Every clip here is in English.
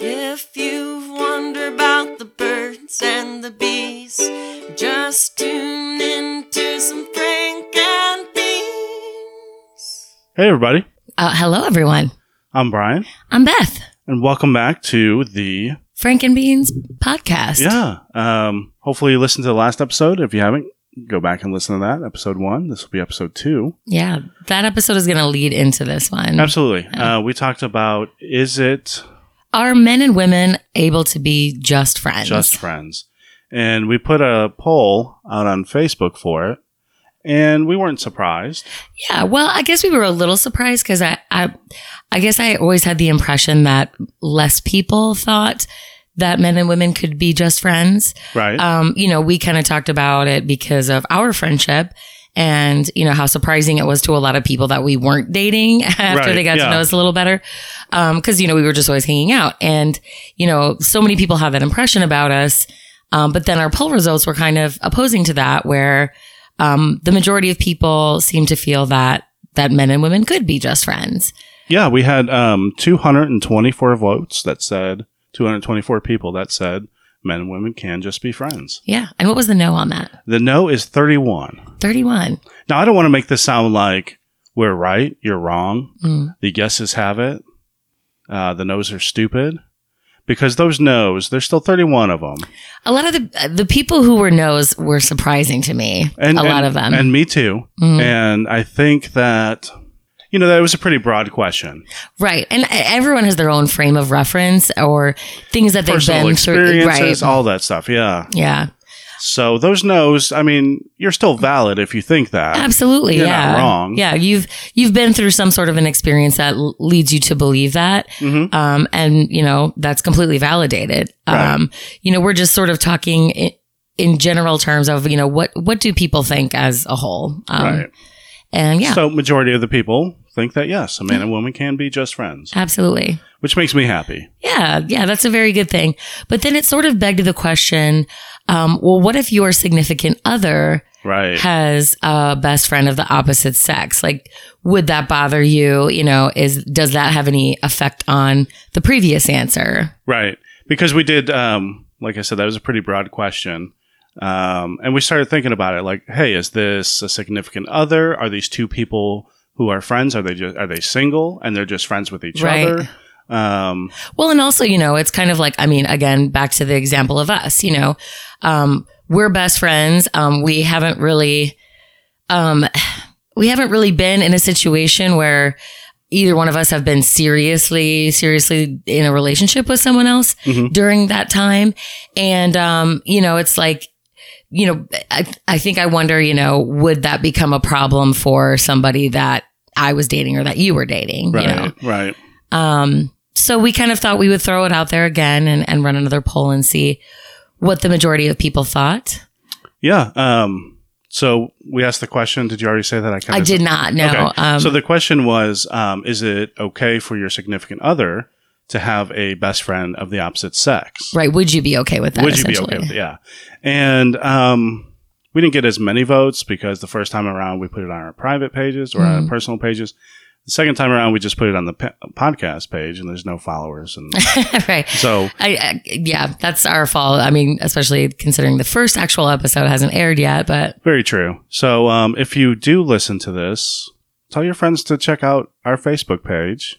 If you've wondered about the birds and the bees, just tune in to some Frank and Beans. Hey, everybody. Uh, hello, everyone. I'm Brian, I'm Beth. and welcome back to the Frank and Beans podcast. yeah. Um, hopefully, you listened to the last episode. If you haven't, go back and listen to that episode one. This will be episode two. Yeah. That episode is going to lead into this one. Absolutely. Uh, we talked about is it Are men and women able to be just friends? just friends, and we put a poll out on Facebook for it, and we weren't surprised. Yeah. Well, I guess we were a little surprised because I, I, I guess I always had the impression that less people thought that men and women could be just friends. Right. Um, you know, we kind of talked about it because of our friendship and, you know, how surprising it was to a lot of people that we weren't dating after Right, they got yeah. to know us a little better. Um, cause, you know, we were just always hanging out. And, you know, so many people have that impression about us. Um, but then our poll results were kind of opposing to that, where um, the majority of people seem to feel that that men and women could be just friends. Yeah, we had um, 224 votes that said 224 people that said men and women can just be friends. Yeah. And what was the no on that? The no is 31. 31. Now, I don't want to make this sound like we're right, you're wrong. Mm. The yeses have it. Uh, the no's are stupid because those no's, there's still 31 of them. A lot of the the people who were no's were surprising to me. a lot of them. and me too. Mm. And I think that you know that was a pretty broad question. Right. And everyone has their own frame of reference or things that they've Personal been through. Right. experiences, all that stuff. Yeah. yeah. So those no's, I mean, you're still valid if you think that. Absolutely. You're yeah. not wrong. Yeah. You've you've been through some sort of an experience that l- leads you to believe that. Mhm. Um, and you know, that's completely validated. Right. Um, you know, we're just sort of talking in, in general terms of, you know, what what do people think as a whole? Um, right. and yeah, So majority of the people think that yes, a man and woman can be just friends, absolutely. which makes me happy. Yeah, yeah, that's a very good thing. But then it sort of begged the question, um, well, what if your significant other Right. has a best friend of the opposite sex like would that bother you you know is does that have any effect on the previous answer Right. Because we did um like I said that was a pretty broad question. Um and we started thinking about it like hey, is this a significant other? Are these two people who are friends? Are they just are they single and they're just friends with each Right. other? Um well and also you know it's kind of like i mean again back to the example of us you know um we're best friends um we haven't really um we haven't really been in a situation where either one of us have been seriously seriously in a relationship with someone else Mhm. during that time and um you know it's like you know I, I think i wonder you know would that become a problem for somebody that i was dating or that you were dating right. you know Right. um, so we kind of thought we would throw it out there again and, and run another poll and see what the majority of people thought. Yeah. Um so we asked the question, did you already say that I kind I did not know. Okay. Um, so the question was um, is it okay for your significant other to have a best friend of the opposite sex? right. Would you be okay with that? would you be okay essentially? with it? Yeah. And um, we didn't get as many votes because the first time around we put it on our private pages or on Mm-hmm. our personal pages. The second time around we just put it on the pe- podcast page and there's no followers. And right. so, I, I, yeah, that's our fault. I mean, especially considering the first actual episode hasn't aired yet, but very true. So, um, if you do listen to this, tell your friends to check out our Facebook page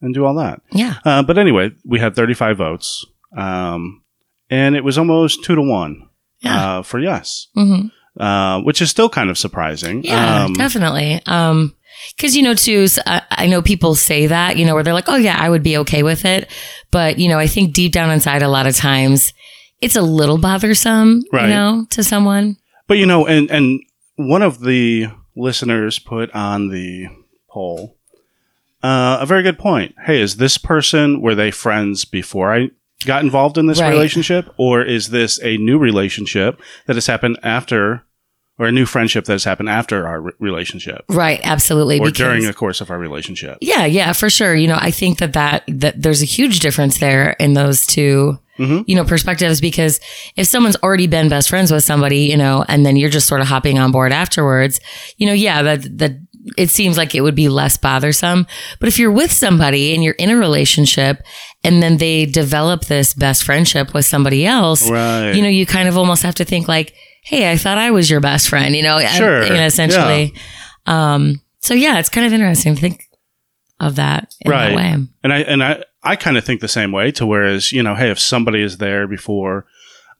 and do all that. yeah. Uh, but anyway, we had 35 votes. Um, and it was almost two to one Yeah. uh, for yes, hmm uh, which is still kind of surprising. Yeah, Um, definitely. Um, cause you know, too, s- I, I know people say that, you know, where they're like, oh yeah, I would be okay with it. But, you know, I think deep down inside, a lot of times it's a little bothersome, Right. you know, to someone. But you know, and and one of the listeners put on the poll uh, a very good point. Hey, is this person were they friends before I got involved in this Right. relationship, or is this a new relationship that has happened after, or a new friendship that has happened after our re- relationship, Right. Absolutely. or because- during the course of our relationship? yeah, yeah, for sure. You know, I think that that, that there's a huge difference there in those 2 Mhm. you know, perspectives because if someone's already been best friends with somebody, you know, and then you're just sort of hopping on board afterwards, you know, yeah, that, that, it seems like it would be less bothersome. But if you're with somebody and you're in a relationship and then they develop this best friendship with somebody else, Right. you know, you kind of almost have to think like, Hey, I thought I was your best friend, you know, and- Sure. you know, essentially. Um, so yeah, it's kind of interesting to think of that in Right. that way. And I and I I kind of think the same way to whereas, you know, hey, if somebody is there before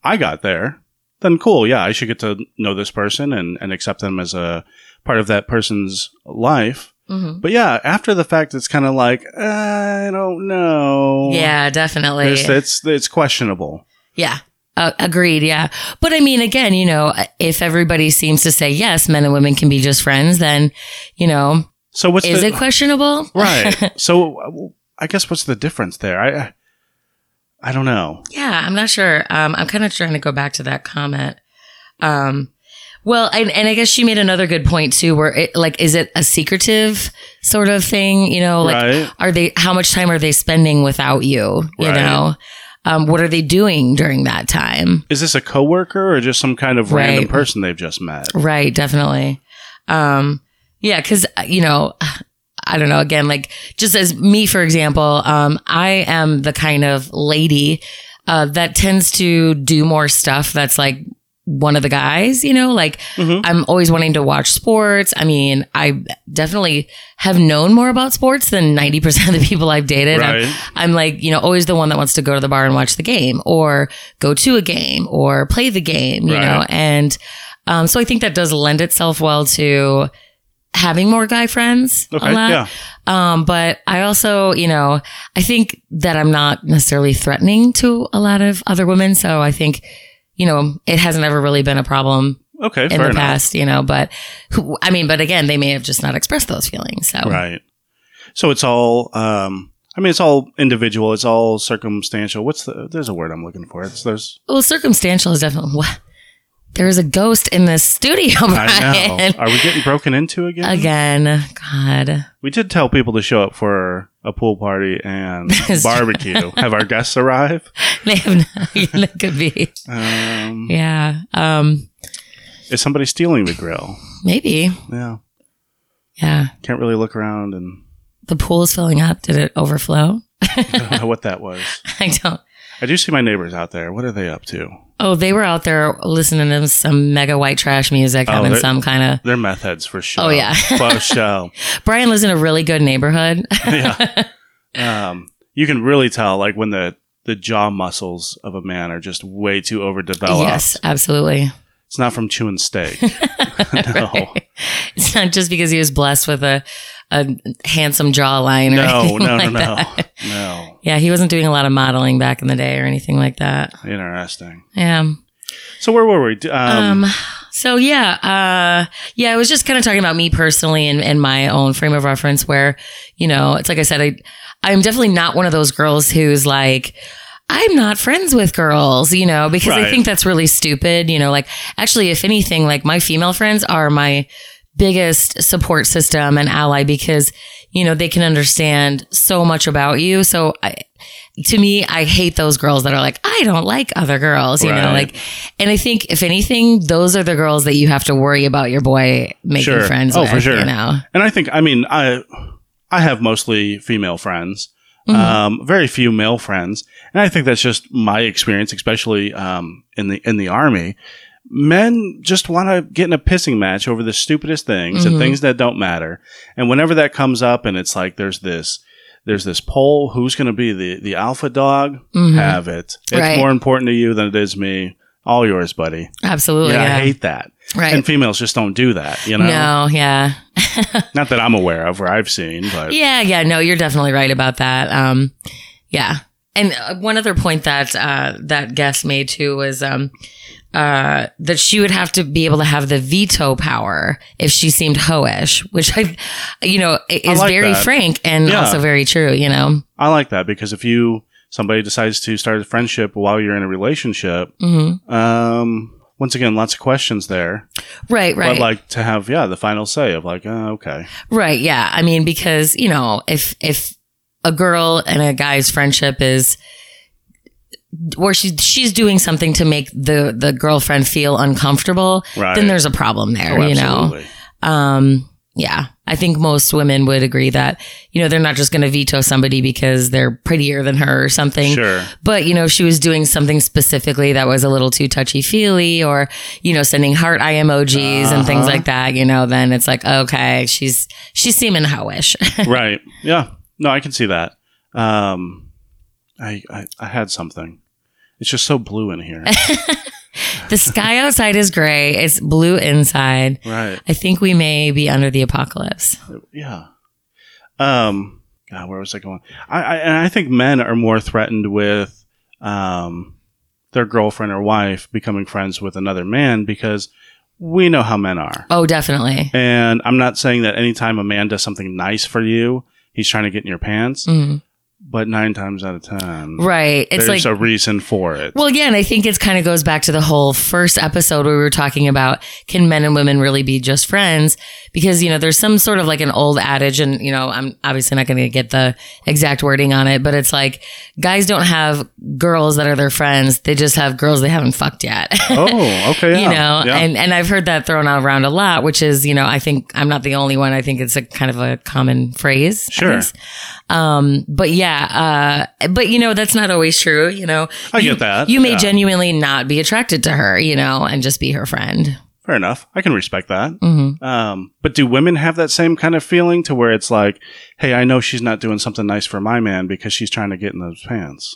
I got there, then cool, yeah, I should get to know this person and, and accept them as a part of that person's life. hmm But yeah, after the fact it's kind of like, uh, I don't know. Yeah, definitely. It's, it's it's questionable. Yeah. Uh, agreed. Yeah. But I mean, again, you know, if everybody seems to say yes, men and women can be just friends, then, you know, So what's is the, it questionable? right? so uh, w- I guess what's the difference there? I I- I don't know. Yeah, I'm not sure. Um, I'm kind of trying to go back to that comment. Um, well, and, and I guess she made another good point too, where it like, is it a secretive sort of thing? You know, like, right? are they, how much time are they spending without you? You Right. know, um, what are they doing during that time? Is this a coworker or just some kind of random Right. person they've just met? Right, definitely. Um, yeah, because you know, I don't know. Again, like just as me, for example, um, I am the kind of lady uh, that tends to do more stuff that's like one of the guys. You know, like Mhm. I'm always wanting to watch sports. I mean, I definitely have known more about sports than ninety percent of the people I've dated. I'm- Right. I'm like, you know, always the one that wants to go to the bar and watch the game or go to a game or play the game, you Right. know? And um, so I think that does lend itself well to having more guy friends. a Okay. lot. Yeah. Um, but I also, you know, I think that I'm not necessarily threatening to a lot of other women. So I think, you know, it hasn't ever really been a problem Okay. in fair the enough. past, you know, but who, I mean, but again, they may have just not expressed those feelings. So, Right. So it's all. Um, I mean, it's all individual. It's all circumstantial. What's the? There's a word I'm looking for. It's there's. Well, circumstantial is definitely what. There is a ghost in this studio, I Brian. know. Are we getting broken into again? Again, God. We did tell people to show up for a pool party and That's true. barbecue. Have our guests arrive? They have not, that could be. Um, Yeah. Um, Is somebody stealing the grill? maybe. Yeah. Yeah. Can't really look around and The pool is filling up. Did it overflow? I don't know what that was. I don't. I do see my neighbors out there. What are they up to? Oh, they were out there listening to some mega white trash music, Oh, having they're- some kind of. They're meth heads for sure. Oh, yeah. for sure. Brian lives in a really good neighborhood. yeah. Um, you can really tell like when the the jaw muscles of a man are just way too overdeveloped. yes, absolutely. It's not from chewing steak. no. It's not just because he was blessed with a, a handsome jawline or No, no, anything no, like no. that. No. Yeah, he wasn't doing a lot of modeling back in the day or anything like that. Interesting. Yeah. Um, So where were we? D- Um, so yeah, uh, yeah, I was just kind of talking about me personally and, and my own frame of reference where, you know, it's like I said, I, I'm definitely not one of those girls who's like, I'm not friends with girls, you know, because Right. I think that's really stupid. You know, like actually, if anything, like my female friends are my biggest support system and ally because, you know, they can understand so much about you. So I, to me, I hate those girls that are like, I don't like other girls, you know, Right. like, and I think if anything, those are the girls that you have to worry about your boy making Sure. friends Oh, with, for sure. you know. and I think I mean I I have mostly female friends. Mm-hmm. Um, very few male friends, and I think that's just my experience, especially um, in the in the army. Men just want to get in a pissing match over the stupidest things and Mhm. things that don't matter. And whenever that comes up, and it's like there's this there's this poll, who's going to be the the alpha dog? Mhm. Have it. It's Right. more important to you than it is me. All yours, buddy. Absolutely. yeah, I Oh, Yeah. hate that. right. And females just don't do that. You know, no, yeah. not that I'm aware of or I've seen, but Yeah, yeah, no, you're definitely right about that. Um, yeah, and uh, one other point that uh, that guest made too was um, uh, that she would have to be able to have the veto power if she seemed hoish, which I, you know, i- I is like very that. frank and Yeah. also very true. You know, I like that because if you somebody decides to start a friendship while you're in a relationship, hmm um, once again, lots of questions there. right, right, But like to have, yeah, the final say of like, uh, okay, right. Yeah, I mean, because you know, if if a girl and a guy's friendship is where she she's doing something to make the the girlfriend feel uncomfortable right. then there's a problem there, Oh, you know? absolutely. Um, yeah. I think most women would agree that, you know, they're not just going to veto somebody because they're prettier than her or something. Sure. But, you know, if she was doing something specifically that was a little too touchy feely or, you know, sending heart eye emojis and things like that, you know, then it's like, okay, she's, she's seeming howish. right. Yeah. No, I can see that. Um, I, I I had something. It's just so blue in here. the sky outside is gray. It's blue inside. right. I think we may be under the apocalypse. Yeah. Um. God, where was I going? I, I and I think men are more threatened with um their girlfriend or wife becoming friends with another man because we know how men are. Oh, definitely. And I'm not saying that anytime a man does something nice for you, he's trying to get in your pants. Mm. But nine times out of ten, Right. It's there's like a reason for it. Well, yeah, and I think it kind of goes back to the whole first episode where we were talking about can men and women really be just friends? Because, you know, there's some sort of like an old adage, and, you know, I'm obviously not going to get the exact wording on it, but it's like guys don't have girls that are their friends. They just have girls they haven't fucked yet. oh, okay. Yeah. you know yeah. and and i've heard that thrown around a lot which is you know i think i'm not the only one i think it's a kind of a common phrase I Sure. guess. um but yeah uh but you know that's not always true you know I get that. you may Yeah. genuinely not be attracted to her you know and just be her friend Fair enough. I can respect that. Mhm. Um, but do women have that same kind of feeling to where it's like, hey, I know she's not doing something nice for my man because she's trying to get in those pants?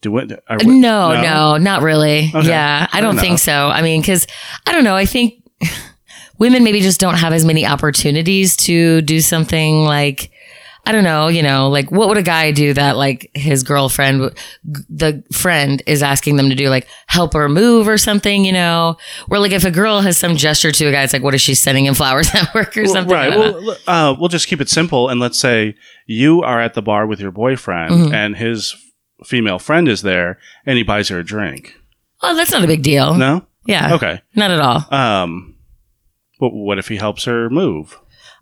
Do we, are we- no, no not really Okay. yeah i Fair don't think enough. so i mean because i don't know i think women maybe just don't have as many opportunities to do something like I don't know, you know, like what would a guy do that like his girlfriend, w- g- the friend is asking them to do like help her move or something, you know, or like if a girl has some gesture to a guy, it's like, what is she sending him flowers at work or Well, something? I Right. don't know. Well, uh, we'll just keep it simple and let's say you are at the bar with your boyfriend Mm-hmm. and his female friend is there and he buys her a drink. oh, that's not a big deal. No? Yeah. Okay. Not at all. Um, but what if he helps her move?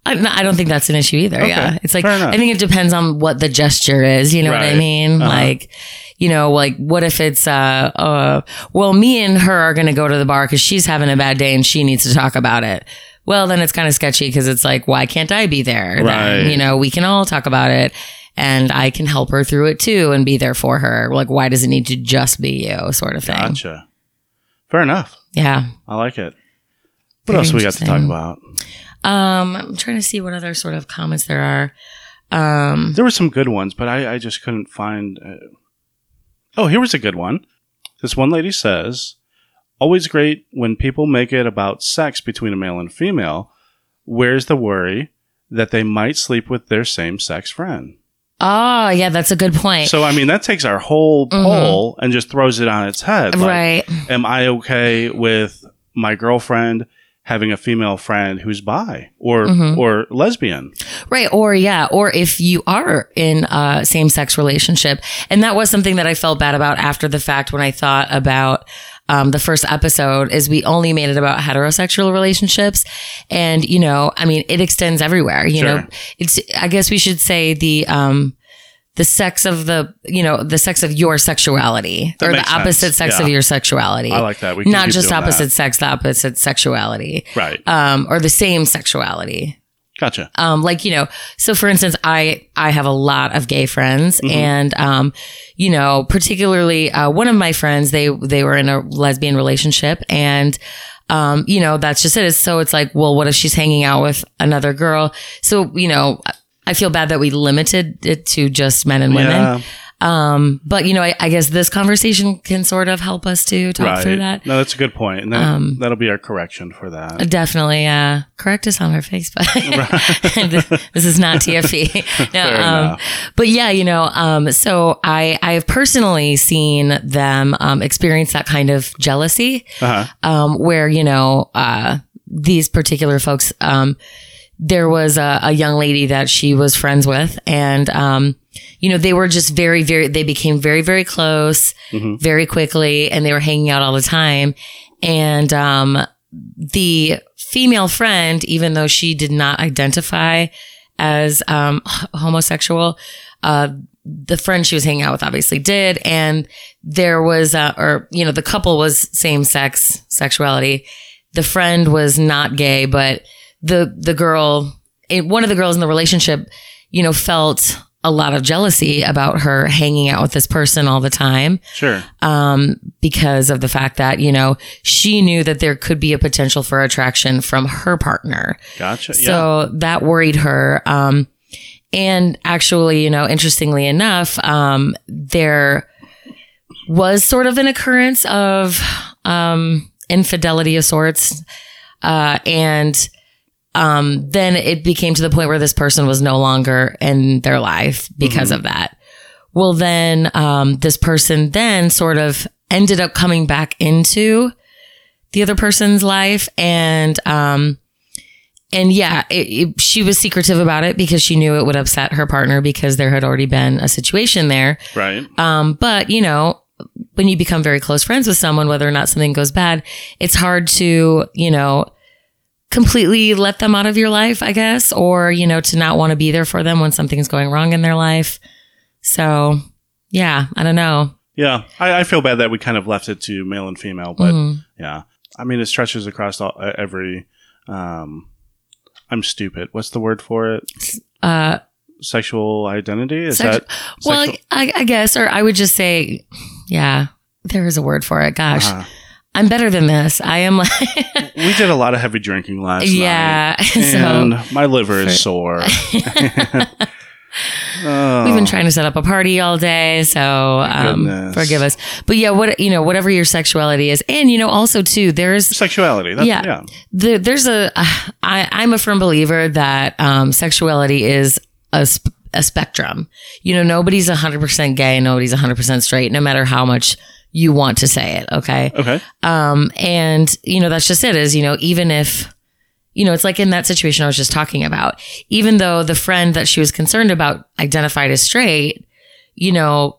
I, no, I don't think that's an issue either. Okay, Yeah. It's like, fair enough. I think it depends on what the gesture is. You know what I Right. mean? Uh-huh. Like, you know, like what if it's, uh, uh, well, me and her are going to go to the bar because she's having a bad day and she needs to talk about it. Well, then it's kind of sketchy because it's like, why can't I be there? Right. Then, you know, we can all talk about it and I can help her through it too and be there for her. Like, why does it need to just be you sort of thing? Gotcha. Fair enough. Yeah. I like it. What Very else we got to talk interesting. about? Um, I'm trying to see what other sort of comments there are. Um, There were some good ones, but I, I just couldn't find. Uh... Oh, here was a good one. This one lady says, "Always great when people make it about sex between a male and female. Where's the worry that they might sleep with their same-sex friend?" Oh, yeah, that's a good point. So, I mean, that takes our whole poll and just throws it on its head. Like, Mm-hmm. right. Am I okay with my girlfriend having a female friend who's bi or Mm-hmm. or lesbian? Right. Or, yeah. Or if you are in a same sex relationship. And that was something that I felt bad about after the fact when I thought about um, the first episode is we only made it about heterosexual relationships. And, you know, I mean, it extends everywhere, you Sure. know, it's, I guess we should say the, um, the sex of the, you know, the sex of your sexuality That or the makes sense. opposite sex Yeah. of your sexuality. I like that. We can Not keep just doing that. opposite sex, the opposite sexuality. Right. um, or the same sexuality. Gotcha. Um, like you know, so for instance, I I have a lot of gay friends, and um, you know, particularly uh, one of my friends, they they were in a lesbian relationship, and um, you know, that's just it. So it's like, well, what if she's hanging out with another girl? So you know, I feel bad that we limited it to just men and women. Yeah. Um, but you know, I, I guess this conversation can sort of help us to talk through that. No, that's a good point, and that, that'll be our correction for that. Definitely, uh, correct us on our Facebook. this, this is not TFE. no, Fair um, but yeah, you know, um, so I, I have personally seen them, um, experience that kind of jealousy, Uh-huh. um, where, you know, uh, these particular folks, um, there was a, a young lady that she was friends with and, um, you know, they were just very, very, they became very, very close Mm-hmm. very quickly and they were hanging out all the time. And, um, the female friend, even though she did not identify as um, h- homosexual, uh, the friend she was hanging out with obviously did. And there was, uh, or, you know, the couple was same sex sexuality. The friend was not gay, but the, the girl it, one of the girls in the relationship, you know, felt a lot of jealousy about her hanging out with this person all the time Sure. um, because of the fact that, you know, she knew that there could be a potential for attraction from her partner. Gotcha. yeah. So that worried her. Um, and actually, you know, interestingly enough, um, there was sort of an occurrence of um, infidelity of sorts. Uh, and um, then it became to the point where this person was no longer in their life because Mm-hmm. of that. Well, then um, this person then sort of ended up coming back into the other person's life and um, and yeah, it, it- she was secretive about it because she knew it would upset her partner because there had already been a situation there. Right. Um, but you know, when you become very close friends with someone, whether or not something goes bad, it's hard to, you know, completely let them out of your life, I guess, or, you know, to not want to be there for them when something's going wrong in their life. So yeah, I don't know. Yeah. I, I feel bad that we kind of left it to male and female, but Mhm. yeah. I mean, it stretches across all, uh, every. Um, I'm stupid. What's the word for it? Uh, Sexual identity? Is Sex- that well, sexual- I, I guess, or I would just say, yeah, there is a word for it. Gosh, Uh-huh. I'm better than this. I am like, we did a lot of heavy drinking last night. yeah. And so my liver is sore. for- Oh. we've been trying to set up a party all day. So um, Goodness. forgive us. But yeah, what, you know, whatever your sexuality is. And, you know, also too, there's, sexuality. That's, yeah. Yeah. there, there's a, I, I'm a firm believer that um, sexuality is a, sp- a spectrum. You know, nobody's 100% gay, nobody's 100% straight, no matter how much you want to say it. Okay. Okay. Um, and you know, that's just it is, you know, even if, you know, it's like in that situation I was just talking about, even though the friend that she was concerned about identified as straight, you know,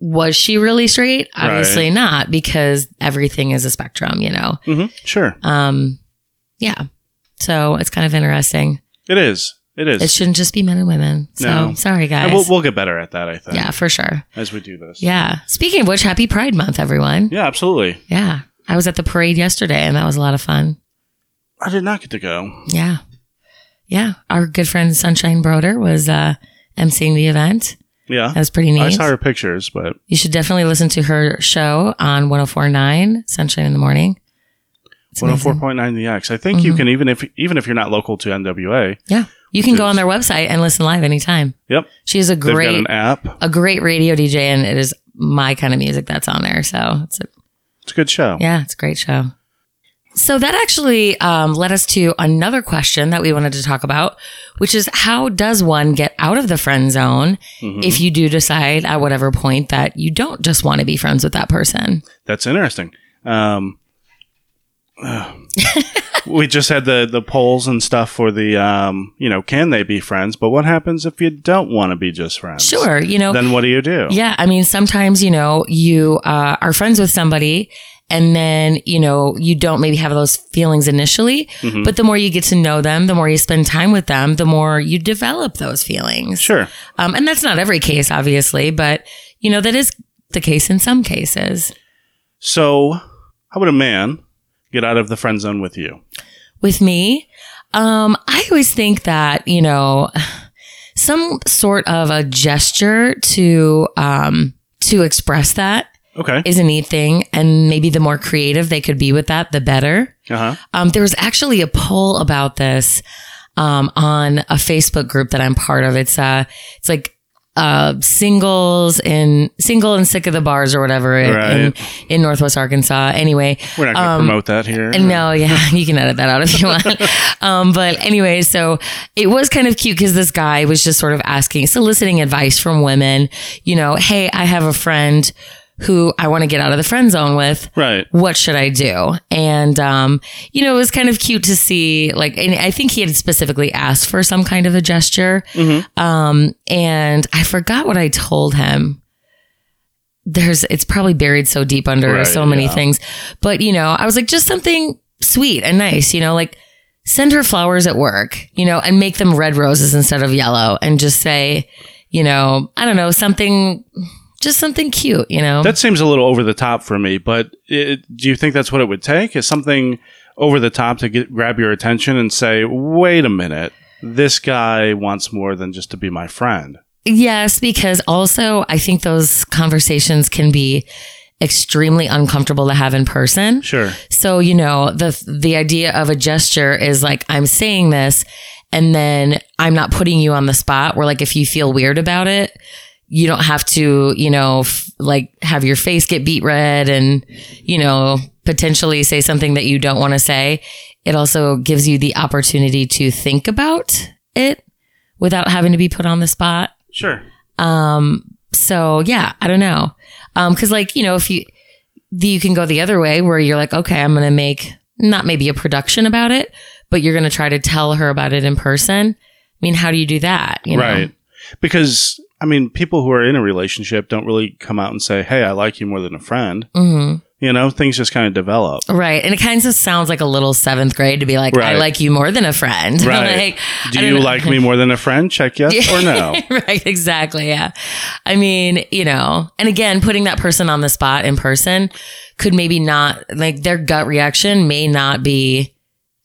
was she really straight? Right. Obviously not because everything is a spectrum, you know? hmm Sure. Um, yeah. So it's kind of interesting. It is. It is. It shouldn't just be men and women. So No. sorry guys. And we'll, we'll get better at that, I think, yeah, for sure. as we do this. Yeah. Speaking of which, happy Pride Month, everyone. Yeah, absolutely. yeah. I was at the parade yesterday and that was a lot of fun. I did not get to go. Yeah. Yeah. Our good friend Sunshine Broder was uh, emceeing the event. Yeah. That was pretty neat. I saw her pictures, but You should definitely listen to her show on 1049 Sunshine in the Morning. It's amazing. Mm-hmm. 104.9 the X. I think you can even if even if you're not local to NWA. Yeah. You can go on their website and listen live anytime. Yep. She is a They've got great, an app. a great radio DJ, and it is my kind of music that's on there. So it's a, It's a good show. Yeah, it's a great show. So that actually um, led us to another question that we wanted to talk about, which is how does one get out of the friend zone Mm-hmm. if you do decide at whatever point that you don't just want to be friends with that person? That's interesting. Um, we just had the the polls and stuff for the um, you know, can they be friends? But what happens if you don't want to be just friends? Sure, you know, Then what do you do? yeah. I mean, sometimes you know you uh, are friends with somebody, and then you know you don't maybe have those feelings initially, Mm-hmm. but the more you get to know them, the more you spend time with them, the more you develop those feelings. Sure. Um, and that's not every case, obviously, but you know, that is the case in some cases. So, how would a man get out of the friend zone with you? With me, um, I always think that, you know, some sort of a gesture to, um, to express that Okay. is a neat thing. And maybe the more creative they could be with that, the better. Uh huh. Um, there was actually a poll about this um, on a Facebook group that I'm part of. It's uh, it's like uh, singles and single and sick of the bars or whatever in, in, Right. in Northwest Arkansas. Anyway, We're not going to um, promote that here. and No, yeah, you can edit that out if you want. um, but anyway, so it was kind of cute because this guy was just sort of asking, soliciting advice from women. You know, hey, I have a friend who I want to get out of the friend zone with Right. what should I do? And, um, you know, it was kind of cute to see, like, and I think he had specifically asked for some kind of a gesture. Mm-hmm. Um, and I forgot what I told him. There's, it's probably buried so deep under Right, so many yeah. things. But, you know, I was like, just something sweet and nice, you know, like send her flowers at work, you know, and make them red roses instead of yellow and just say, you know, I don't know, something, just something cute, you know? That seems a little over the top for me, but it, do you think that's what it would take? Is something over the top to get, grab your attention and say, wait a minute, this guy wants more than just to be my friend. Yes, because also I think those conversations can be extremely uncomfortable to have in person. Sure. So, you know, the the idea of a gesture is like I'm saying this and then I'm not putting you on the spot where like if you feel weird about it, you don't have to, you know, f- like have your face get beat red and, you know, potentially say something that you don't want to say. It also gives you the opportunity to think about it without having to be put on the spot. Sure. Um, so yeah, I don't know. Um, cause like, you know, if you, the, you can go the other way where you're like, okay, I'm going to make not maybe a production about it, but you're going to try to tell her about it in person. I mean, how do you do that? You know? Right. Because I mean, people who are in a relationship don't really come out and say, "Hey, I like you more than a friend." Mm-hmm. You know, things just kind of develop. Right. And it kind of sounds like a little seventh grade to be like, I Right. like you more than a friend. Right. like, I Do don't you know. like me more than a friend? Check yes Yeah. or no. right. Exactly. Yeah. I mean, you know, and again, putting that person on the spot in person could maybe not, like, their gut reaction may not be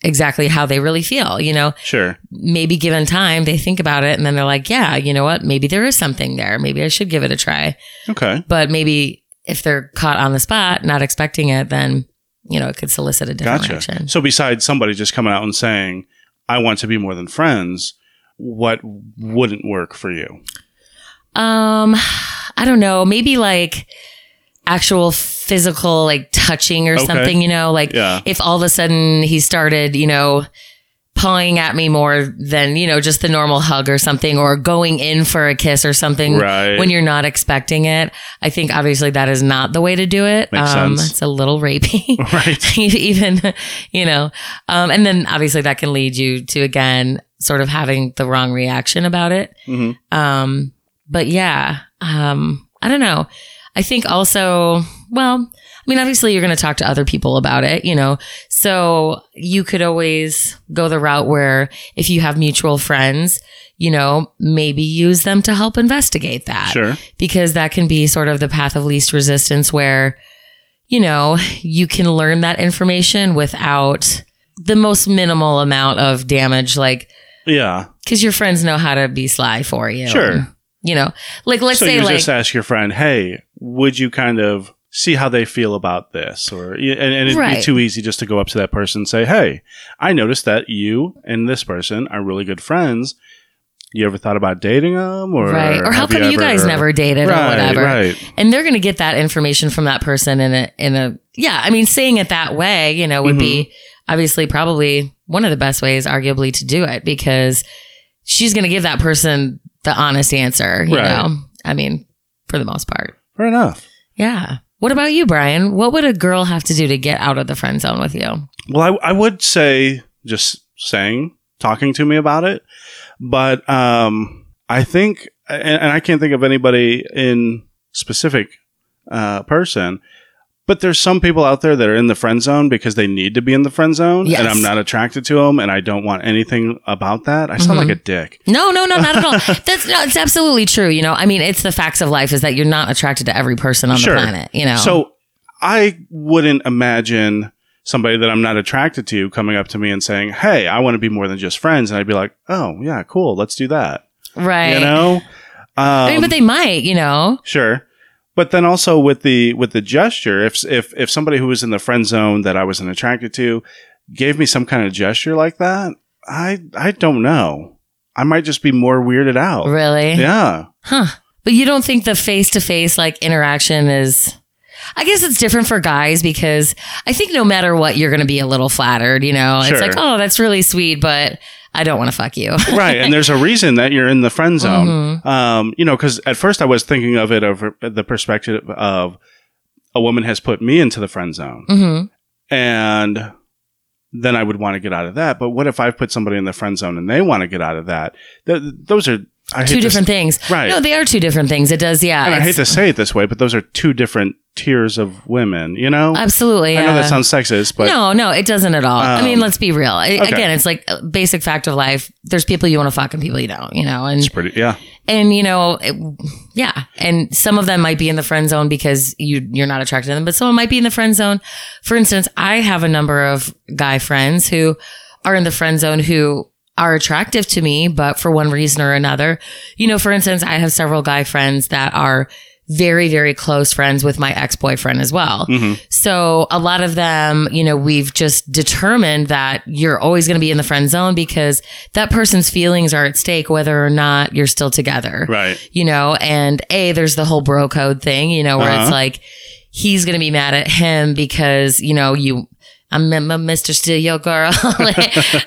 exactly how they really feel. You know, Sure. maybe given time, they think about it and then they're like, yeah, you know what? Maybe there is something there. Maybe I should give it a try. Okay. But maybe if they're caught on the spot, not expecting it, then, you know, it could solicit a different Gotcha. reaction. So besides somebody just coming out and saying, "I want to be more than friends," what wouldn't work for you? Um, I don't know. Maybe like actual physical, like touching or Okay. something, you know, like Yeah. if all of a sudden he started, you know, pawing at me more than, you know, just the normal hug or something or going in for a kiss or something Right. when you're not expecting it. I think obviously that is not the way to do it. Makes um, sense. it's a little rapey. Right. even you know um, and then obviously that can lead you to again sort of having the wrong reaction about it Mhm. um, but yeah, um, I don't know. I think also, well, I mean, obviously you're going to talk to other people about it, you know, so you could always go the route where if you have mutual friends, you know, maybe use them to help investigate that Sure. because that can be sort of the path of least resistance where, you know, you can learn that information without the most minimal amount of damage. Like, Yeah. because your friends know how to be sly for you. Sure. You know, like let's so say you like just ask your friend, "Hey, would you kind of see how they feel about this?" Or and, and it'd Right. be too easy just to go up to that person and say, "Hey, I noticed that you and this person are really good friends. You ever thought about dating them?" Or right, or how have come you, guys ever- never dated right, or whatever? Right. And they're going to get that information from that person in a in a yeah. I mean, saying it that way, you know, would be Mm-hmm. obviously probably one of the best ways, arguably, to do it because she's going to give that person the honest answer. You Right. know, I mean, for the most part, Fair enough. yeah. What about you, Brian? What would a girl have to do to get out of the friend zone with you? Well, I, I would say just saying, talking to me about it. But um, I think, and, and I can't think of anybody in specific uh, person, but there's some people out there that are in the friend zone because they need to be in the friend zone. Yes. And I'm not attracted to them and I don't want anything about that. I sound Mhm. like a dick. No, no, no, not at all. That's no, it's absolutely true. You know, I mean, it's the facts of life is that you're not attracted to every person on Sure. the planet. You know, So I wouldn't imagine somebody that I'm not attracted to coming up to me and saying, Hey, I want to be more than just friends. And I'd be like, Oh, yeah, cool. Let's do that. right? you know um, I mean, but they might. You know, sure but then also with the with the gesture if if if somebody who was in the friend zone that i wasn't attracted to gave me some kind of gesture like that i i don't know i might just be more weirded out really? yeah Huh? But you don't think the face to face like interaction is? I guess it's different for guys because I think no matter what, you're going to be a little flattered. You know, it's Sure. like, oh, that's really sweet, but I don't want to fuck you. right and there's a reason that you're in the friend zone Mm-hmm. um you know because at first i was thinking of it of the perspective of a woman has put me into the friend zone hmm and then I would want to get out of that. But what if I've put somebody in the friend zone and they want to get out of that? Th- those are I hate Two to- different things. right. No, they are two different things. It does. Yeah. and I it's- hate to say it this way, but those are two different tiers of women. You know, Absolutely. I know Um, yeah. that sounds sexist, but no, no, it doesn't at all. I Um, mean, let's be real. I, okay. Again, it's like a basic fact of life. There's people you want to fuck and people you don't, you know, and it's pretty. Yeah, and you know, it, yeah, and some of them might be in the friend zone because you you're not attracted to them, but someone might be in the friend zone. For instance, I have a number of guy friends who are in the friend zone who are attractive to me, but for one reason or another, you know, for instance, I have several guy friends that are very, very close friends with my ex boyfriend as well. So a lot of them, you know, we've just determined that you're always going to be in the friend zone because that person's feelings are at stake, whether or not you're still together Right. you know, and A, there's the whole bro code thing, you know, where Uh-huh. it's like he's gonna be mad at him because, you know, you I'm a a Mr. Steal Your Girl.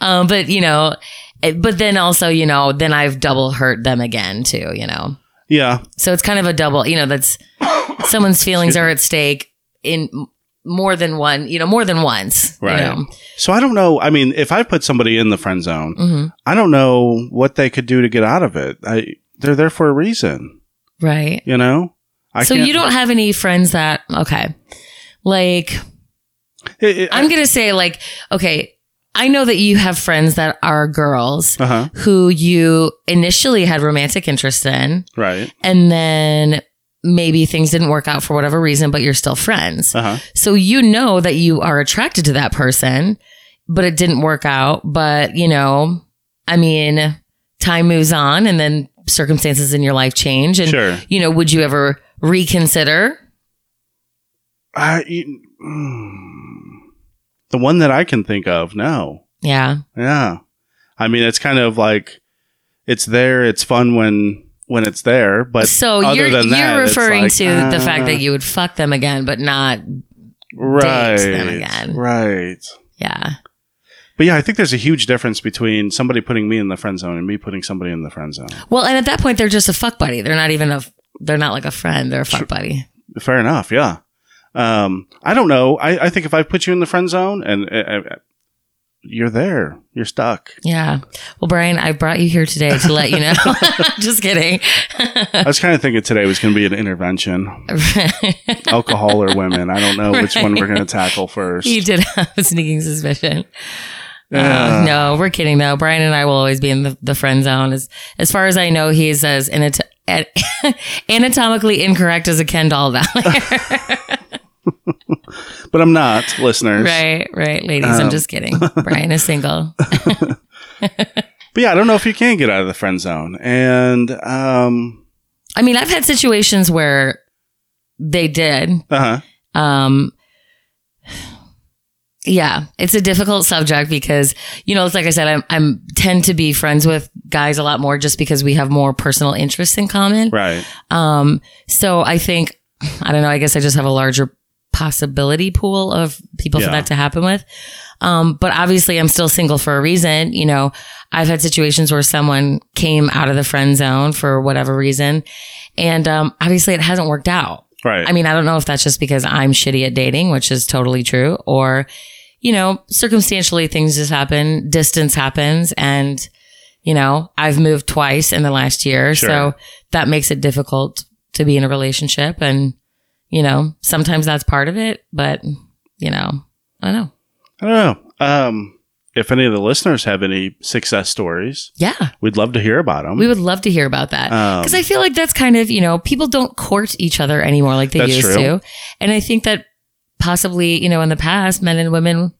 um, but you know, it- but then also, you know, then I've double hurt them again too, you know. Yeah. So it's kind of a double, you know, that's someone's feelings are at stake in m- more than one, you know, more than once. you Right. know. So I don't know. I mean, if I put somebody in the friend zone, Mhm. I don't know what they could do to get out of it. I they're there for a reason, Right. you know. I so can't- you don't have any friends that okay. Like It- it- I'm gonna say like, okay, I know that you have friends that are girls uh-huh. who you initially had romantic interest in, Right. and then maybe things didn't work out for whatever reason, but you're still friends. Uh-huh. So you know that you are attracted to that person, but it didn't work out. But you know, I mean, time moves on, and then circumstances in your life change, and Sure. you know, would you ever reconsider? I you- mm. the one that I can think of. No. Yeah, Yeah. I mean, it's kind of like it's there. It's fun when when it's there, but so other you're than that, you're it's referring like, to the fact uh, that you would fuck them again, but not right, them again. right. yeah, But yeah, I think there's a huge difference between somebody putting me in the friend zone and me putting somebody in the friend zone. well, and at that point they're just a fuck buddy. They're not even a they're not like a friend. They're a fuck buddy. Fair enough. Yeah. Um, I don't know. I, I think if I put you in the friend zone and uh, uh, you're there, you're stuck. Yeah. Well, Brian, I brought you here today to let you know. just kidding. I was kind of thinking today was going to be an intervention, alcohol or women. I don't know which one we're going to tackle first. you did have a sneaking suspicion. Yeah. Uh, no, we're kidding though. Brian and I will always be in the, the friend zone. As as far as I know, he's as anat- at- anatomically incorrect as a Ken doll down there. But I'm not, listeners. right, right, ladies. Um. I'm just kidding. Brian is single. But yeah, I don't know if you can get out of the friend zone. And um, I mean, I've had situations where they did. uh huh. Um, yeah, it's a difficult subject because you know, it's like I said, I'm I'm tend to be friends with guys a lot more just because we have more personal interests in common. Right. Um, so I think I don't know. I guess I just have a larger possibility pool of people Yeah. for that to happen with. Um, but obviously, I'm still single for a reason. You know, I've had situations where someone came out of the friend zone for whatever reason, and um, obviously, it hasn't worked out. Right. I mean, I don't know if that's just because I'm shitty at dating, which is totally true, or, you know, circumstantially things just happen, distance happens. And, you know, I've moved twice in the last year. Sure. So that makes it difficult to be in a relationship. And, you know, sometimes that's part of it, but, you know, I don't know. I don't know. Um, if any of the listeners have any success stories, Yeah. we'd love to hear about them. We would love to hear about that. Um, Because I feel like that's kind of, you know, people don't court each other anymore like they That's used true. to. And I think that possibly, you know, in the past, men and women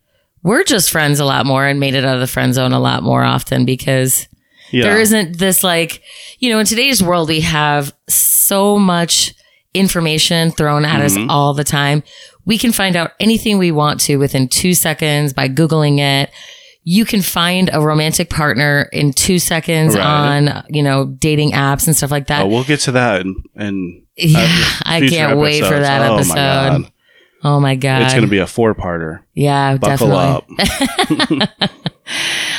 were just friends a lot more and made it out of the friend zone a lot more often because yeah. there isn't this like, you know, in today's world, we have so much information thrown at Mhm. us all the time. We can find out anything we want to within two seconds by Googling it. You can find a romantic partner in two seconds Right. on, you know, dating apps and stuff like that. Oh, we'll get to that and and Yeah, I can't wait for that episode. Oh my god, It's going to be a four-parter. yeah, Buckle definitely. up,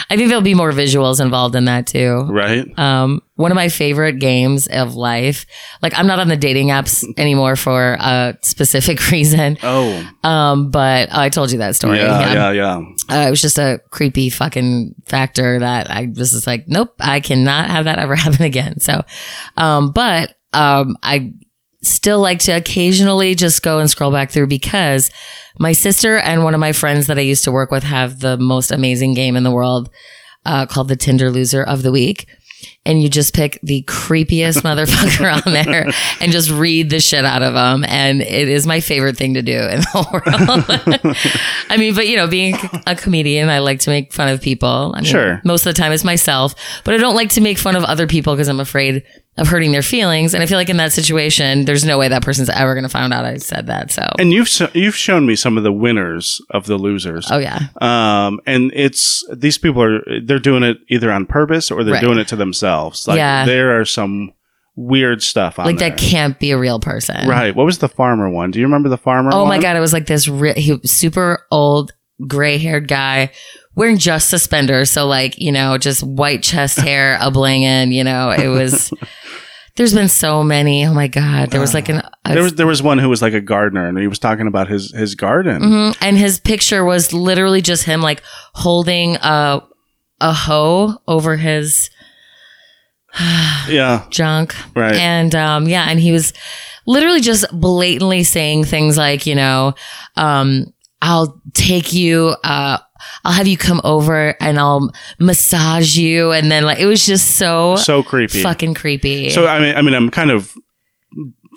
I think there'll be more visuals involved in that too. right? Um, one of my favorite games of life. Like I'm not on the dating apps anymore for a specific reason. Oh, Um, but I told you that story. yeah, yeah, yeah. Uh, it was just a creepy fucking factor that I just was like, nope, I cannot have that ever happen again. So, um, but, um, I still like to occasionally just go and scroll back through because my sister and one of my friends that I used to work with have the most amazing game in the world, uh, called the Tinder loser of the week. and you just pick the creepiest motherfucker on there and just read the shit out of them. And it is my favorite thing to do in the world. I mean, but you know, being a comedian, I like to make fun of people. I mean, Sure. Most of the time it's myself, but I don't like to make fun of other people because I'm afraid of hurting their feelings. And I feel like in that situation, there's no way that person's ever going to find out I said that. So, And you've so- you've shown me some of the winners of the losers. oh yeah. Um, and it's these people are they're doing it either on purpose or they're Right. doing it to themselves. Like Yeah. there are some weird stuff on Like there. that can't be a real person. Right. What was the farmer one? Do you remember the farmer? Oh my one? god, it was like this ri- he was super old, gray-haired guy wearing just suspenders, so like, you know, just white chest hair, a blingin', you know. It was There's been so many. Oh my god, there was like an a- There was there was one who was like a gardener and he was talking about his his garden. Mhm, and his picture was literally just him like holding a a hoe over his Mm-hmm. Yeah. junk. Right. And um, yeah, and he was literally just blatantly saying things like, you know, um, I'll take you, uh, I'll have you come over and I'll massage you. And then like, it was just so, so creepy. fucking creepy. So I mean I mean I'm kind of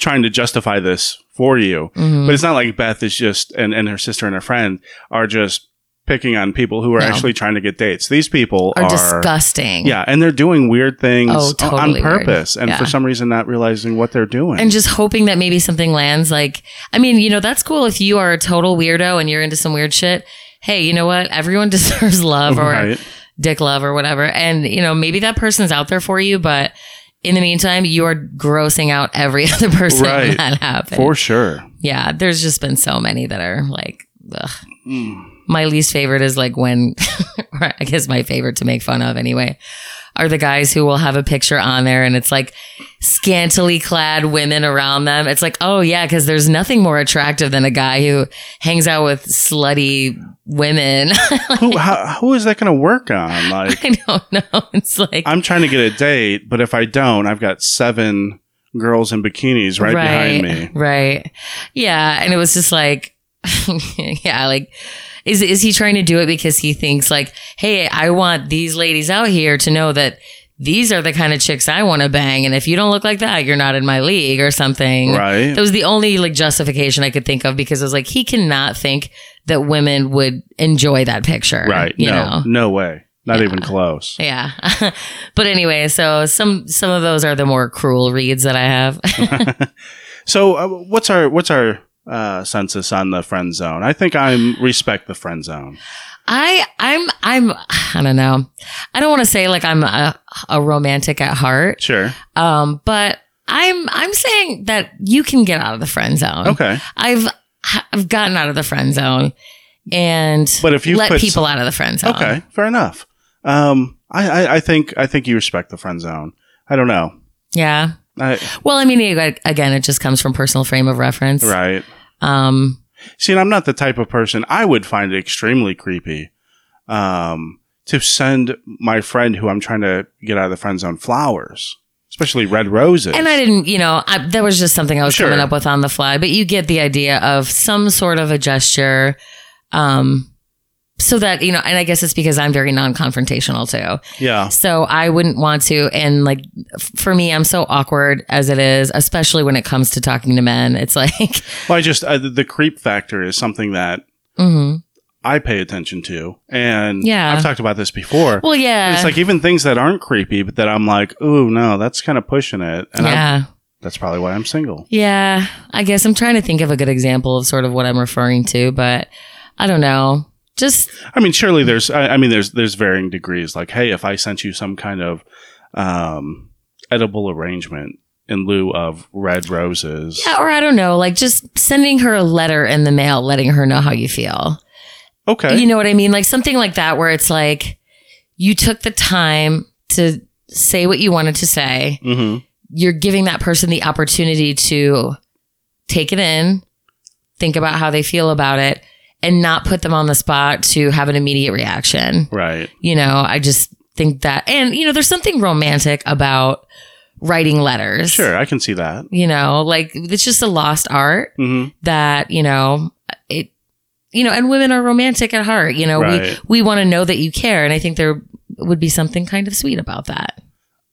trying to justify this for you. Mhm. But it's not like Beth is just and, and her sister and her friend are just picking on people who are No. actually trying to get dates. These people are, are, disgusting. Yeah, and they're doing weird things Oh, totally on weird. purpose and Yeah. for some reason not realizing what they're doing. And just hoping that maybe something lands. Like, I mean, you know, that's cool if you are a total weirdo and you're into some weird shit. Hey, you know what? Everyone deserves love or right. dick love or whatever. And, you know, maybe that person's out there for you, but in the meantime, you are grossing out every other person Right. that happened. For sure. yeah, there's just been so many that are like, ugh. My least favorite is like when, or I guess my favorite to make fun of anyway, are the guys who will have a picture on there and it's like scantily clad women around them. It's like, oh yeah, because there's nothing more attractive than a guy who hangs out with slutty women. who how, who is that going to work on? Like I don't know. It's like, I'm trying to get a date, but if I don't, I've got seven girls in bikinis right, behind me. Right. Yeah. And it was just like, yeah, like, is, is he trying to do it because he thinks, like, hey, I want these ladies out here to know that these are the kind of chicks I want to bang. And if you don't look like that, you're not in my league or something. Right. That was the only like justification I could think of because I was like, he cannot think that women would enjoy that picture. Right. You no. know? No way. Not even close. Yeah. but anyway, so some some of those are the more cruel reads that I have. So uh, what's our what's our uh, census on the friend zone? I think I'm respect the friend zone. I I'm I'm I don't know. I don't want to say like I'm a, a romantic at heart, Sure. um, but I'm I'm saying that you can get out of the friend zone. Okay. I've I've gotten out of the friend zone and But if you let put people out of the friend zone. okay, fair enough. Um, I, I I think I think you respect the friend zone. I don't know. Yeah. I, Well, I mean, ag- again, it just comes from personal frame of reference. right. Um, See, and I'm not the type of person I would find it extremely creepy um, to send my friend who I'm trying to get out of the friend zone flowers, especially red roses. and I didn't, you know, I, that was just something I was Sure. coming up with on the fly. But you get the idea of some sort of a gesture, um, so that you know. And I guess it's because I'm very non-confrontational too. yeah, So I wouldn't want to. And like f- for me, I'm so awkward as it is, especially when it comes to talking to men. It's like, well, I just uh, the creep factor is something that mhm. I pay attention to, and Yeah. I've talked about this before. well, yeah, it's like even things that aren't creepy, but that I'm like, ooh, no, that's kind of pushing it, and I'm, yeah, that's probably why I'm single. yeah. I guess I'm trying to think of a good example of sort of what I'm referring to, but I don't know. Just I mean, surely there's. I, I mean, there's there's varying degrees. Like, hey, if I sent you some kind of um, edible arrangement in lieu of red roses, Yeah, or I don't know, like just sending her a letter in the mail, letting her know how you feel. okay, You know what I mean? Like something like that, where it's like you took the time to say what you wanted to say. hmm You're giving that person the opportunity to take it in, think about how they feel about it, and not put them on the spot to have an immediate reaction right, you know, I just think that, and you know, there's something romantic about writing letters. sure, I can see that. You know, like it's just a lost art hmm that, you know, it, you know, and women are romantic at heart. You know, Right. we, we want to know that you care. And I think there would be something kind of sweet about that.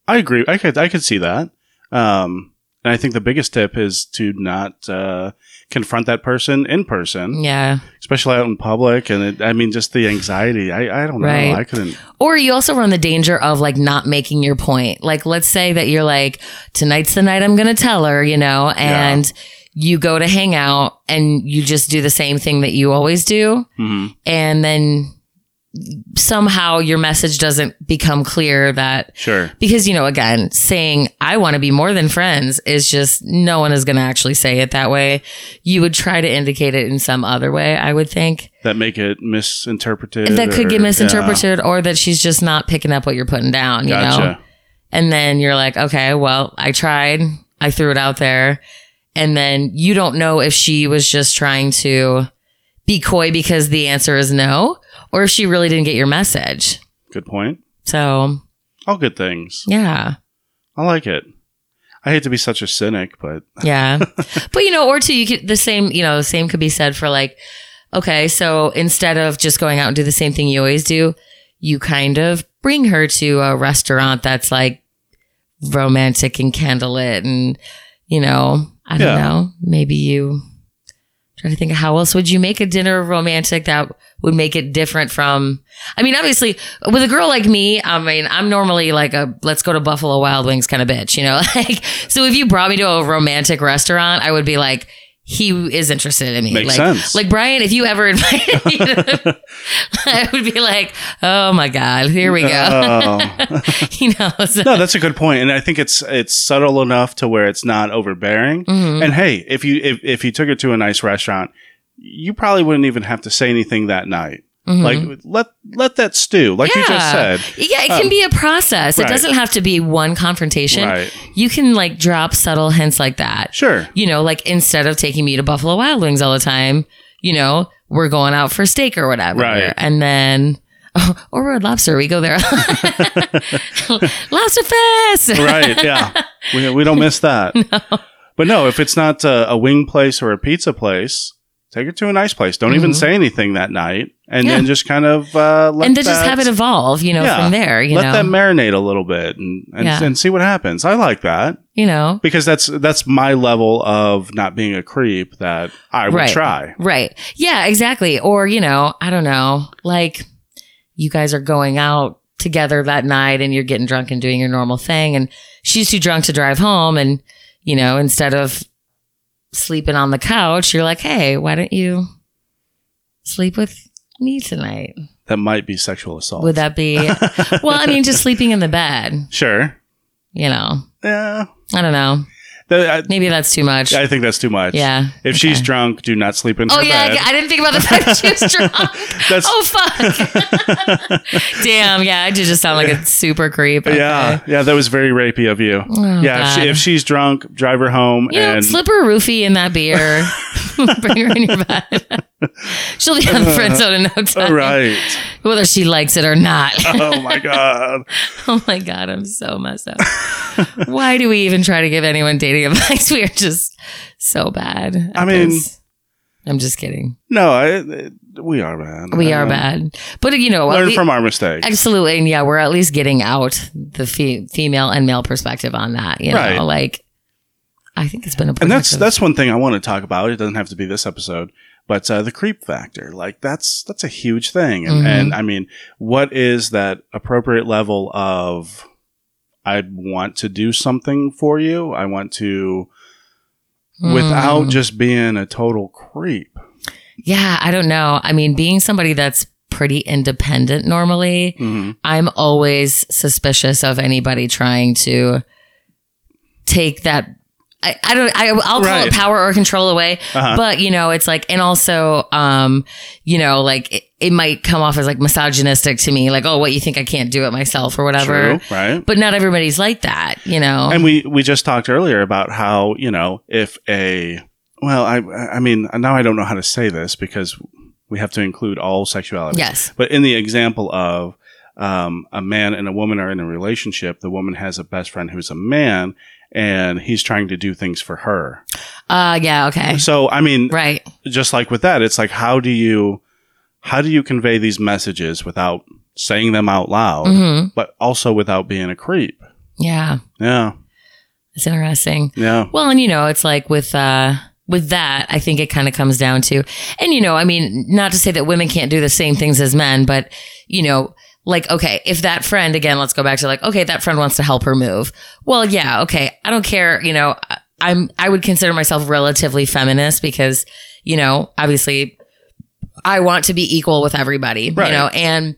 I I agree. I could I could see that. Um, and I think the biggest tip is to not uh, confront that person in person, Yeah. especially out in public. And it, I mean, just the anxiety. I, I don't Right. know. I couldn't. Or you also run the danger of like not making your point. Like, let's say that you're like, tonight's the night I'm going to tell her, you know, and you go to hang out and you just do the same thing that you always do. mhm. And then somehow your message doesn't become clear that Sure. because, you know, again, saying I want to be more than friends is just no one is going to actually say it that way. You would try to indicate it in some other way, I would think That make it misinterpreted. that could or- get yeah. misinterpreted or that she's just not picking up what you're putting down, you know? Gotcha. And then you're like, okay, well, I tried, I threw it out there. And then you don't know if she was just trying to be coy because the answer is no, or if she really didn't get your message. Good point. So, All good things. yeah. I like it. I hate to be such a cynic, but Yeah. but you know, or two, you could, the same, you know, the same could be said for like, okay, so instead of just going out and do the same thing you always do, you kind of bring her to a restaurant that's like romantic and candlelit and, you know, I don't Yeah. know, maybe you try to think of how else would you make a dinner romantic that would make it different from I mean obviously with a girl like me I mean I'm normally like a let's go to Buffalo Wild Wings kind of bitch you know like so if you brought me to a romantic restaurant I would be like he is interested in me Makes like sense. like Brian if you ever invited me to, I would be like oh my god here we go Oh. you know so- no, that's a good point, and I think it's it's subtle enough to where it's not overbearing. Mhm. And hey, if you if, if you took her to a nice restaurant, you probably wouldn't even have to say anything that night. Mhm. Like um, let let that stew, like you just Yeah. said. Yeah, it can Um, be a process. right. It doesn't have to be one confrontation. Right. You can like drop subtle hints like that. Sure. You know, like instead of taking me to Buffalo Wild Wings all the time, you know, we're going out for steak or whatever. Right. And then, or red lobster, we go there. lobster fest. Right. Yeah. we, we don't miss that. But no, if it's not a, a wing place or a pizza place, take her to a nice place. Don't even Mhm. say anything that night, and Yeah. then just kind of uh, let and then just that- have it evolve, you know, Yeah. from there, you let know. that marinate a little bit and and, Yeah. and see what happens. I like that you know. because that's that's my level of not being a creep that I would Right. try. Right. Yeah, exactly. Or, you know, I don't know, like you guys are going out together that night and you're getting drunk and doing your normal thing. And she's too drunk to drive home. And, you know, instead of sleeping on the couch, you're like, hey, why don't you sleep with me tonight? That might be sexual assault. Would that be, well, I mean, just sleeping in the bed, sure. you know, Yeah. I don't know. That- Maybe that's too much. I, I think that's too much. yeah. If she's drunk, do not sleep in Oh, her yeah. bed. I, I didn't think about the fact that she was drunk. that's Oh fuck! Damn, yeah, I did just sound like a super creep. Okay. yeah, yeah. That was very rapey of you. Oh, yeah. If, God. she, if she's drunk, drive her home you know, and slip her a roofie in that beer. Bring her in your bed. She'll be on the friend zone in no All time, Uh, right. whether she likes it or not. Oh my god. oh my god, I'm so messed up. Why do we even try to give anyone dating advice? We are just so bad. at I mean- this. I'm just kidding. No, I, we are bad. We are Um, bad, but you know, at Learn lea- from our mistakes. Absolutely. And yeah, we're at least getting out the fe- female and male perspective on that. You know, Right. like I think it's been a and that's productive- that's one thing I want to talk about. It doesn't have to be this episode, but uh, the creep factor, like that's that's a huge thing. And, Mhm. and I mean, what is that appropriate level of? I want to do something for you. I want to, without Mm. just being a total creep. Yeah, I don't know. I mean, being somebody that's pretty independent normally, hmm I'm always suspicious of anybody trying to take that. I, I don't. I, I'll call Right. it power or control away. Uh-huh. but you know it's like and also um you know like it, it might come off as like misogynistic to me like oh what you think i can't do it myself or whatever True, right? but not everybody's like that you know And we we just talked earlier about how you know if a well, I I mean now I don't know how to say this because we have to include all sexuality. yes But in the example of um, a man and a woman are in a relationship, the woman has a best friend who's a man, and he's trying to do things for her. uh yeah okay So, I mean, right just like with that, it's like how do you how do you convey these messages without saying them out loud, hmm but also without being a creep? Yeah. Yeah. It's interesting. Yeah. Well, and you know, it's like with uh with that, I think it kind of comes down to and you know, I mean, not to say that women can't do the same things as men, but you know, like okay, if that friend again, let's go back to like okay, that friend wants to help her move. Well, yeah, okay. I don't care, you know, I- I'm I would consider myself relatively feminist because, you know, obviously I want to be equal with everybody, Right. you know, and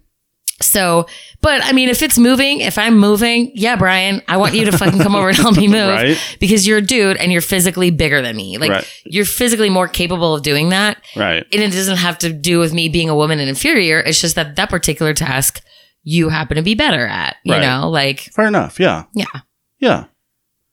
so, but I mean, if it's moving, if I'm moving, yeah, Brian, I want you to fucking come over and help me move Right. because you're a dude and you're physically bigger than me. Like Right. you're physically more capable of doing that. Right. And it doesn't have to do with me being a woman and inferior. It's just that that particular task you happen to be better at, you Right. know, like, Fair enough. Yeah. yeah. Yeah.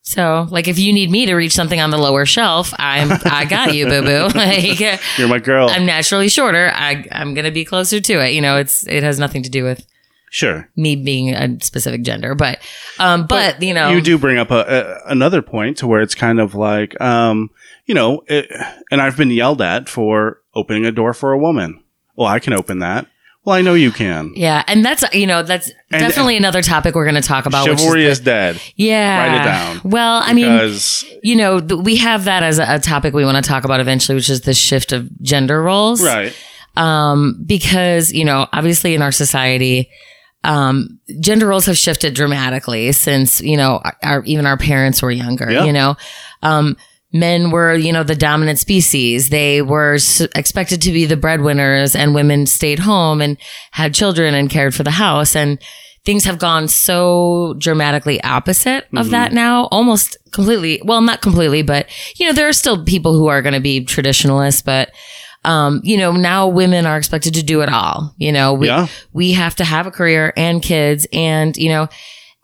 So like if you need me to reach something on the lower shelf, I'm, I got you, boo boo. Like You're my girl. I'm naturally shorter. I, I'm going to be closer to it. You know, it's, it has nothing to do with sure. me being a specific gender, but, um, but, you know, you do bring up a, a, another point to where it's kind of like, um, you know, it, and I've been yelled at for opening a door for a woman. Well, I can open that. Well, I know you can. Yeah, and that's you know that's And- uh, definitely another topic we're going to talk about. Chivalry which is, dead. is, yeah. Write it down. Well, I mean, because, you know, th- we have that as a, a topic we want to talk about eventually, which is the shift of gender roles, right, Um, because you know, obviously, in our society, um, gender roles have shifted dramatically since you know our, our even our parents were younger. Yeah. You know, um, men were you know the dominant species; they were s- expected to be the breadwinners, and women stayed home and had children and cared for the house. And things have gone so dramatically opposite of that now, almost completely. Well, not completely, but you know, there are still people who are going to be traditionalists, but. Um, you know, now women are expected to do it all. You know, we, Yeah. we have to have a career and kids and you know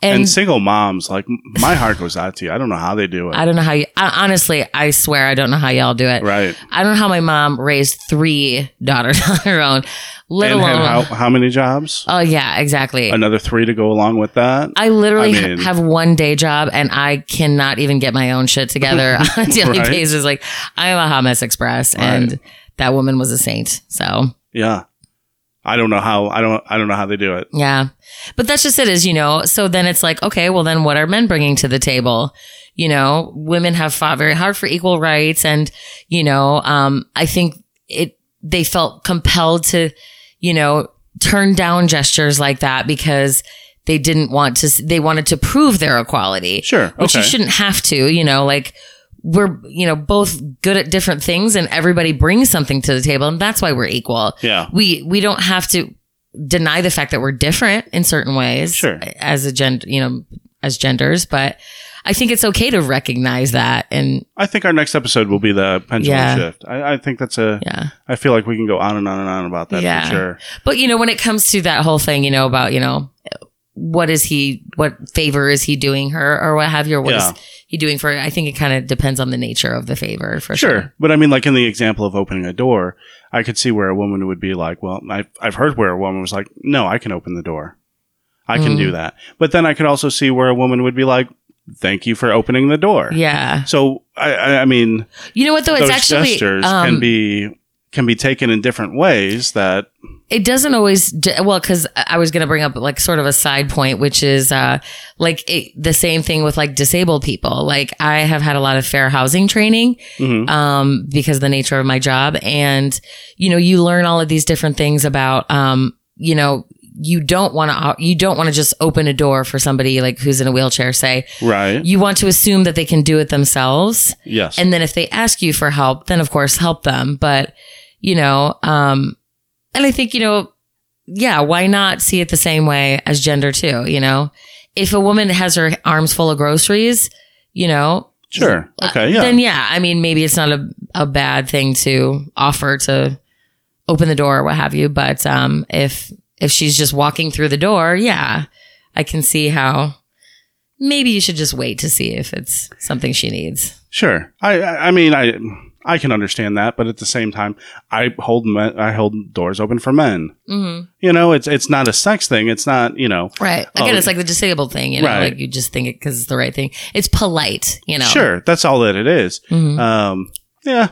and, and, single moms. Like m- my heart goes out to you. I don't know how they do it. i don't know how you I, honestly i swear i don't know how y'all do it right, i don't know how my mom raised three daughters on her own let and alone have how how many jobs? oh yeah exactly Another three to go along with that. I literally I mean- ha- have one day job and I cannot even get my own shit together on a daily Right. basis. Like I am a hot mess express and Right. that woman was a saint. So yeah, I don't know how. I don't. I don't know how they do it. Yeah. But that's just it is, you know. So then it's like, okay, well then what are men bringing to the table? You know, women have fought very hard for equal rights and, you know, um I think it they felt compelled to, you know, turn down gestures like that because they didn't want to s- they wanted to prove their equality Sure. which okay. you shouldn't have to, you know, like we're, you know, both good at different things and everybody brings something to the table and that's why we're equal. Yeah. We we don't have to deny the fact that we're different in certain ways Sure. as a gender, you know, as genders, but I think it's okay to recognize that and I think our next episode will be the pendulum Yeah. shift. I, I think that's a. I yeah. feel like we can go on and on and on about that Yeah. for sure. But you know, when it comes to that whole thing, you know, about, you know, what is he what favor is he doing her or what have you or what is Yeah. he doing for her? I think it kind of depends on the nature of the favor for Sure. sure. But I mean, like in the example of opening a door, I could see where a woman would be like, well, I've, I've heard where a woman was like, no, I can open the door. I can Mm. do that. But then I could also see where a woman would be like, thank you for opening the door. Yeah. So, I, I, I mean, You know what though? those it's actually gestures um, can be can be taken in different ways that it doesn't always d- well because I was gonna bring up like sort of a side point, which is uh like it, the same thing with like disabled people. Like I have had a lot of fair housing training mhm, um, because of the nature of my job. And, you know, you learn all of these different things about, um, you know, you don't want to, you don't want to just open a door for somebody like who's in a wheelchair, say, right you want to assume that they can do it themselves. yes And then if they ask you for help, then of course help them. But, you know, um, and I think, you know, yeah, why not see it the same way as gender too? You know, if a woman has her arms full of groceries, you know, sure uh, okay yeah then yeah, I mean, maybe it's not a, a bad thing to offer to open the door or what have you. But, um, if, if she's just walking through the door, yeah, I can see how maybe you should just wait to see if it's something she needs. Sure. I I I mean I I can understand that, but at the same time, I hold men, I hold doors open for men. hmm You know, it's it's not a sex thing. It's not you know. Right. Again, Oh, it's like the disabled thing, you know, right. like you just think it because it's the right thing. It's polite, you know. Sure, Uh, that's all that it is. Mhm. Um, yeah,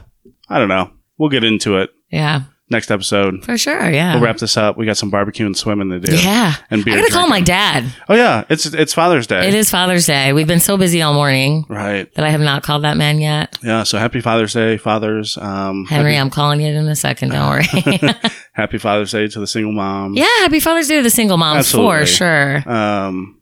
I don't know. We'll get into it. Yeah. next episode. For sure. Yeah. We'll wrap this up. We got some barbecue and swimming to do. Uh-huh. yeah. And beer I gotta call my drinking. dad. Oh yeah, it's it's Father's Day. It is Father's Day. We've been so busy all morning Right. that I have not called that man yet. Yeah. So happy Father's Day, fathers. Um, Henry, happy, I'm calling you in a second. Don't worry. happy Father's Day to the single mom. yeah. Happy Father's Day to the single moms Absolutely. for sure. Um,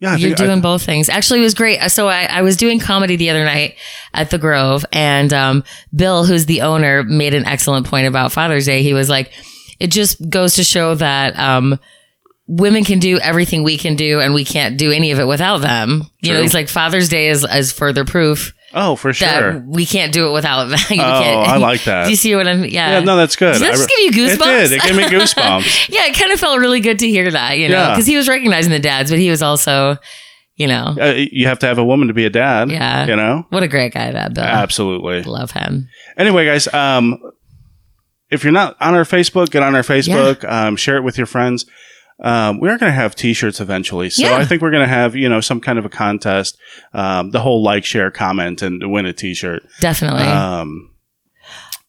yeah. I You're think I- doing both things. Actually, it was great. So I, I was doing comedy the other night at the Grove, and um, Bill, who's the owner, made an excellent point about Father's Day. He was like, "It just goes to show that um, women can do everything we can do, and we can't do any of it without them." You know, True. he's like, "Father's Day is is further proof oh, for that sure. we can't do it without them." You oh, can't- I like that. Do you see what I'm? Yeah. yeah. No, that's good. Does that I just re- give you goosebumps? It did. It gave me goosebumps. yeah, it kind of felt really good to hear that, you know, Yeah. because he was recognizing the dads, but he was also, you know, uh, you have to have a woman to be a dad. Yeah. You know. What a great guy that Bill. Absolutely. Love him. Anyway, guys, um, if you're not on our Facebook, get on our Facebook. Um, share it with your friends. Um, we are going to have T-shirts eventually, so Yeah. I think we're going to have you know some kind of a contest. Um, the whole like, share, comment, and win a T-shirt. Definitely. Um,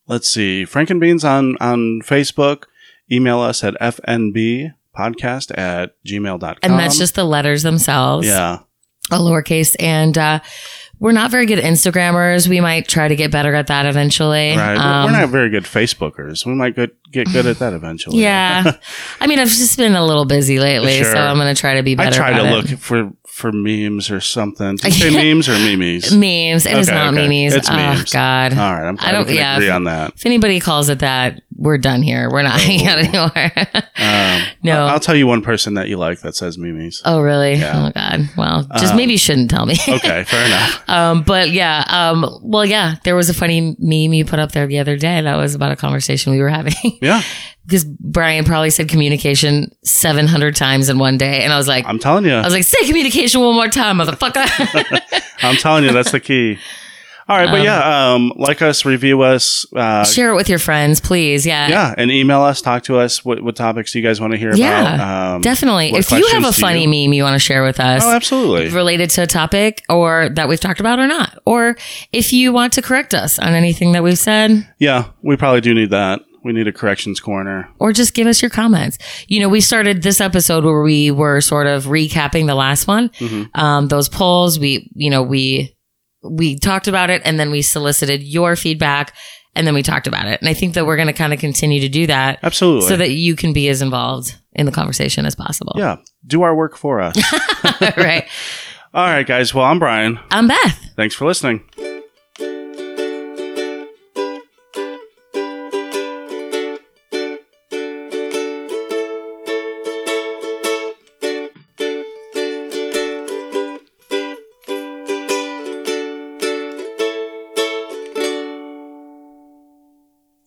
let's see. Frankenbeans on, on Facebook. Email us at fnbpodcast at gmail.com. and that's just the letters themselves. um, Yeah. A lowercase. And uh we're not very good Instagrammers. We might try to get better at that eventually. Right. Um, We're not very good Facebookers. We might get, get good at that eventually. yeah. I mean, I've just been a little busy lately, Sure. so I'm going to try to be I better. try about to it. look for, for memes or something. Did you say memes or memes? memes. It is Okay, not okay. memes. It's oh memes. Uh, God. All right. I'm glad I don't- we can yeah. agree on that. if anybody calls it that, we're done here. We're Oh, not hanging out anymore. Um, No. I- I'll tell you one person that you like that says memes. oh, really? Yeah. Oh God. Well, just Um, maybe you shouldn't tell me. Okay. Fair enough. Um, but yeah, um, well, yeah, there was a funny meme you put up there the other day that was about a conversation we were having Yeah. because Brian probably said communication 700 times in one day. And I was like, I'm telling you. I was like, say communication one more time, motherfucker. I'm telling you, that's the key. All right, but Um, yeah, um, like us, review us, uh, Share it with your friends, please. Yeah. yeah, and email us, talk to us. What, what topics do you guys want to hear Yeah, about? Um, Definitely. what If you have a questions do funny you- meme you want to share with us, oh, absolutely. related to a topic or that we've talked about or not, or if you want to correct us on anything that we've said, Yeah, we probably do need that. We need a corrections corner. or just give us your comments. You know, we started this episode where we were sort of recapping the last one. Mhm. Um, those polls, we, you know, we, we talked about it and then we solicited your feedback and then we talked about it. And I think that we're going to kind of continue to do that Absolutely. so that you can be as involved in the conversation as possible. yeah, do our work for us. right. All right, guys. Well, I'm Brian. I'm Beth. Thanks for listening.